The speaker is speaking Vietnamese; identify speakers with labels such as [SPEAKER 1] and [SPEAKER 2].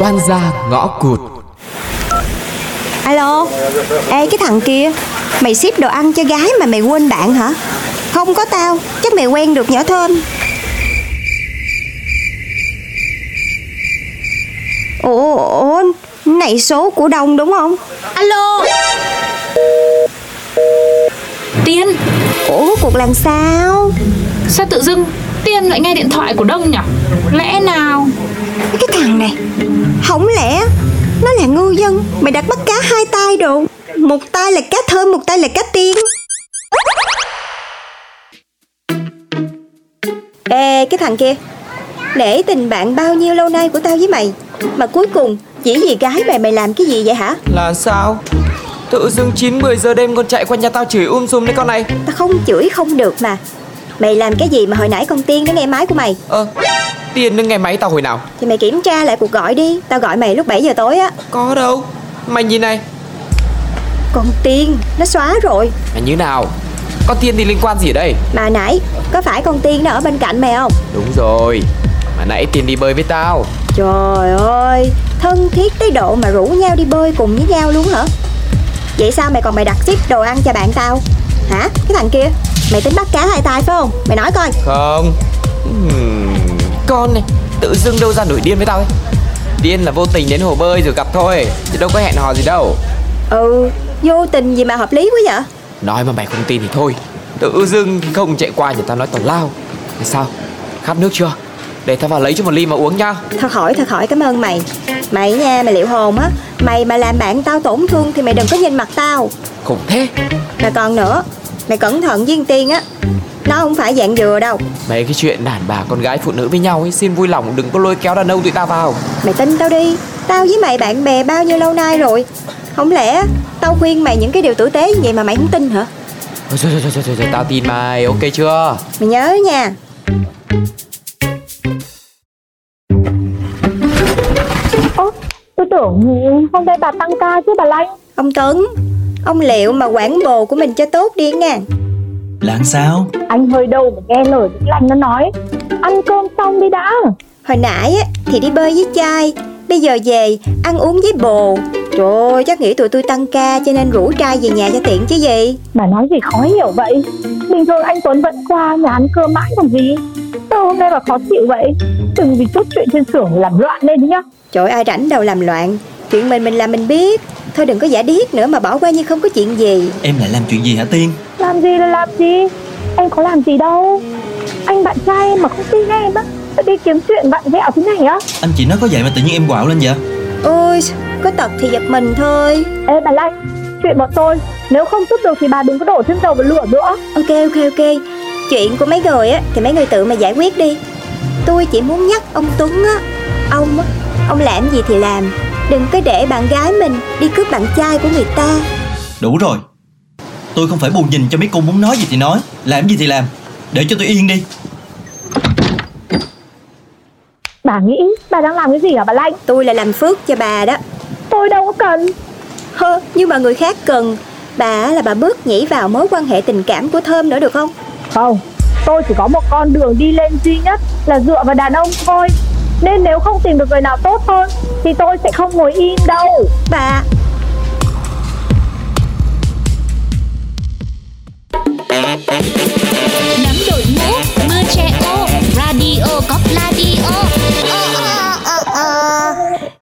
[SPEAKER 1] oan gia ngõ cụt
[SPEAKER 2] Alo Ê cái thằng kia Mày ship đồ ăn cho gái mà mày quên bạn hả Không có tao Chắc mày quen được nhỏ thơm Ủa, ủa Này số của Đông đúng không
[SPEAKER 3] Alo Tiên
[SPEAKER 2] Ủa cuộc làm sao
[SPEAKER 3] Sao tự dưng Tiên lại nghe điện thoại của Đông nhỉ Lẽ nào
[SPEAKER 2] Cái thằng này Không lẽ Nó là ngư dân Mày đặt bắt cá hai tay đồ Một tay là cá thơm Một tay là cá tiên Ê cái thằng kia Để tình bạn bao nhiêu lâu nay của tao với mày Mà cuối cùng Chỉ vì gái mày mày làm cái gì vậy hả
[SPEAKER 4] Là sao Tự dưng 9-10 giờ đêm còn chạy qua nhà tao chửi um sùm đấy con này
[SPEAKER 2] Tao không chửi không được mà Mày làm cái gì mà hồi nãy con tiên nó nghe máy của mày
[SPEAKER 4] Ờ Tiền nâng nghe máy tao hồi nào
[SPEAKER 2] Thì mày kiểm tra lại cuộc gọi đi Tao gọi mày lúc 7 giờ tối á
[SPEAKER 4] Có đâu Mày nhìn này
[SPEAKER 2] Con tiên nó xóa rồi
[SPEAKER 4] Mày như nào Con Tiên thì liên quan gì ở đây
[SPEAKER 2] Mà nãy có phải con tiên nó ở bên cạnh mày không
[SPEAKER 4] Đúng rồi Mà nãy Tiên đi bơi với tao
[SPEAKER 2] Trời ơi Thân thiết tới độ mà rủ nhau đi bơi cùng với nhau luôn hả Vậy sao mày còn mày đặt ship đồ ăn cho bạn tao Hả cái thằng kia Mày tính bắt cá hai tay phải không Mày nói coi
[SPEAKER 4] Không Ừm, Con này Tự dưng đâu ra nổi điên với tao ấy Điên là vô tình đến hồ bơi rồi gặp thôi Chứ đâu có hẹn hò gì đâu
[SPEAKER 2] Ừ vô tình gì mà hợp lý quá vậy
[SPEAKER 4] Nói mà mày không tin thì thôi Tự dưng không chạy qua nhà tao nói tào lao Thế sao? Khát nước chưa? Để tao vào lấy cho một ly mà uống nha
[SPEAKER 2] Thôi khỏi thôi khỏi cảm ơn mày Mày nha mày liệu hồn á Mày mà làm bạn tao tổn thương thì mày đừng có nhìn mặt tao
[SPEAKER 4] Khủng thế
[SPEAKER 2] Mà còn nữa Mày cẩn thận với con tiên á Nó không phải dạng dừa đâu
[SPEAKER 4] Mấy cái chuyện đàn bà con gái phụ nữ với nhau ấy Xin vui lòng đừng có lôi kéo đàn ông tụi tao vào
[SPEAKER 2] Mày tin tao đi Tao với mày bạn bè bao nhiêu lâu nay rồi Không lẽ tao khuyên mày những cái điều tử tế như vậy mà mày không tin hả
[SPEAKER 4] Ôi trời, trời, trời, trời, trời, Tao tin mày ok chưa
[SPEAKER 2] Mày nhớ nha
[SPEAKER 5] Tôi tưởng hôm nay bà tăng ca chứ bà Lanh
[SPEAKER 2] Ông Tuấn Ông liệu mà quản bồ của mình cho tốt đi nha
[SPEAKER 6] Là làm sao?
[SPEAKER 5] Anh hơi đâu mà nghe lời chị Lanh nó nói Ăn cơm xong đi đã
[SPEAKER 2] Hồi nãy á, thì đi bơi với trai Bây giờ về ăn uống với bồ Trời ơi, chắc nghĩ tụi tôi tăng ca cho nên rủ trai về nhà cho tiện chứ gì
[SPEAKER 5] Bà nói gì khó hiểu vậy Bình thường anh Tuấn vẫn qua nhà ăn cơm mãi còn gì Sao hôm nay bà khó chịu vậy Đừng vì chút chuyện trên xưởng làm loạn lên đấy nhá
[SPEAKER 2] Trời ơi, ai rảnh đâu làm loạn Chuyện mình mình làm mình biết Thôi đừng có giả điếc nữa mà bỏ qua như không có chuyện gì
[SPEAKER 6] Em lại làm chuyện gì hả Tiên?
[SPEAKER 5] Làm gì là làm gì Em có làm gì đâu Anh bạn trai em mà không tin em á Sao đi kiếm chuyện bạn vẹo thế này á
[SPEAKER 6] Anh chị nói có vậy mà tự nhiên em quạo lên vậy?
[SPEAKER 2] Ôi, có tật thì giật mình thôi
[SPEAKER 5] Ê bà Lanh Chuyện bọn tôi Nếu không giúp được thì bà đừng có đổ thêm dầu vào lửa nữa
[SPEAKER 2] Ok ok ok Chuyện của mấy người á thì mấy người tự mà giải quyết đi Tôi chỉ muốn nhắc ông Tuấn á Ông á, ông làm gì thì làm Đừng có để bạn gái mình đi cướp bạn trai của người ta
[SPEAKER 6] Đủ rồi Tôi không phải buồn nhìn cho mấy cô muốn nói gì thì nói Làm gì thì làm Để cho tôi yên đi
[SPEAKER 5] Bà nghĩ bà đang làm cái gì hả bà Lanh
[SPEAKER 2] Tôi là làm phước cho bà đó
[SPEAKER 5] Tôi đâu có cần
[SPEAKER 2] Hơ, nhưng mà người khác cần Bà á, là bà bớt nhảy vào mối quan hệ tình cảm của Thơm nữa được không?
[SPEAKER 5] Không, tôi chỉ có một con đường đi lên duy nhất là dựa vào đàn ông thôi. Nên nếu không tìm được người nào tốt hơn thì tôi sẽ không ngồi im đâu.
[SPEAKER 2] Bà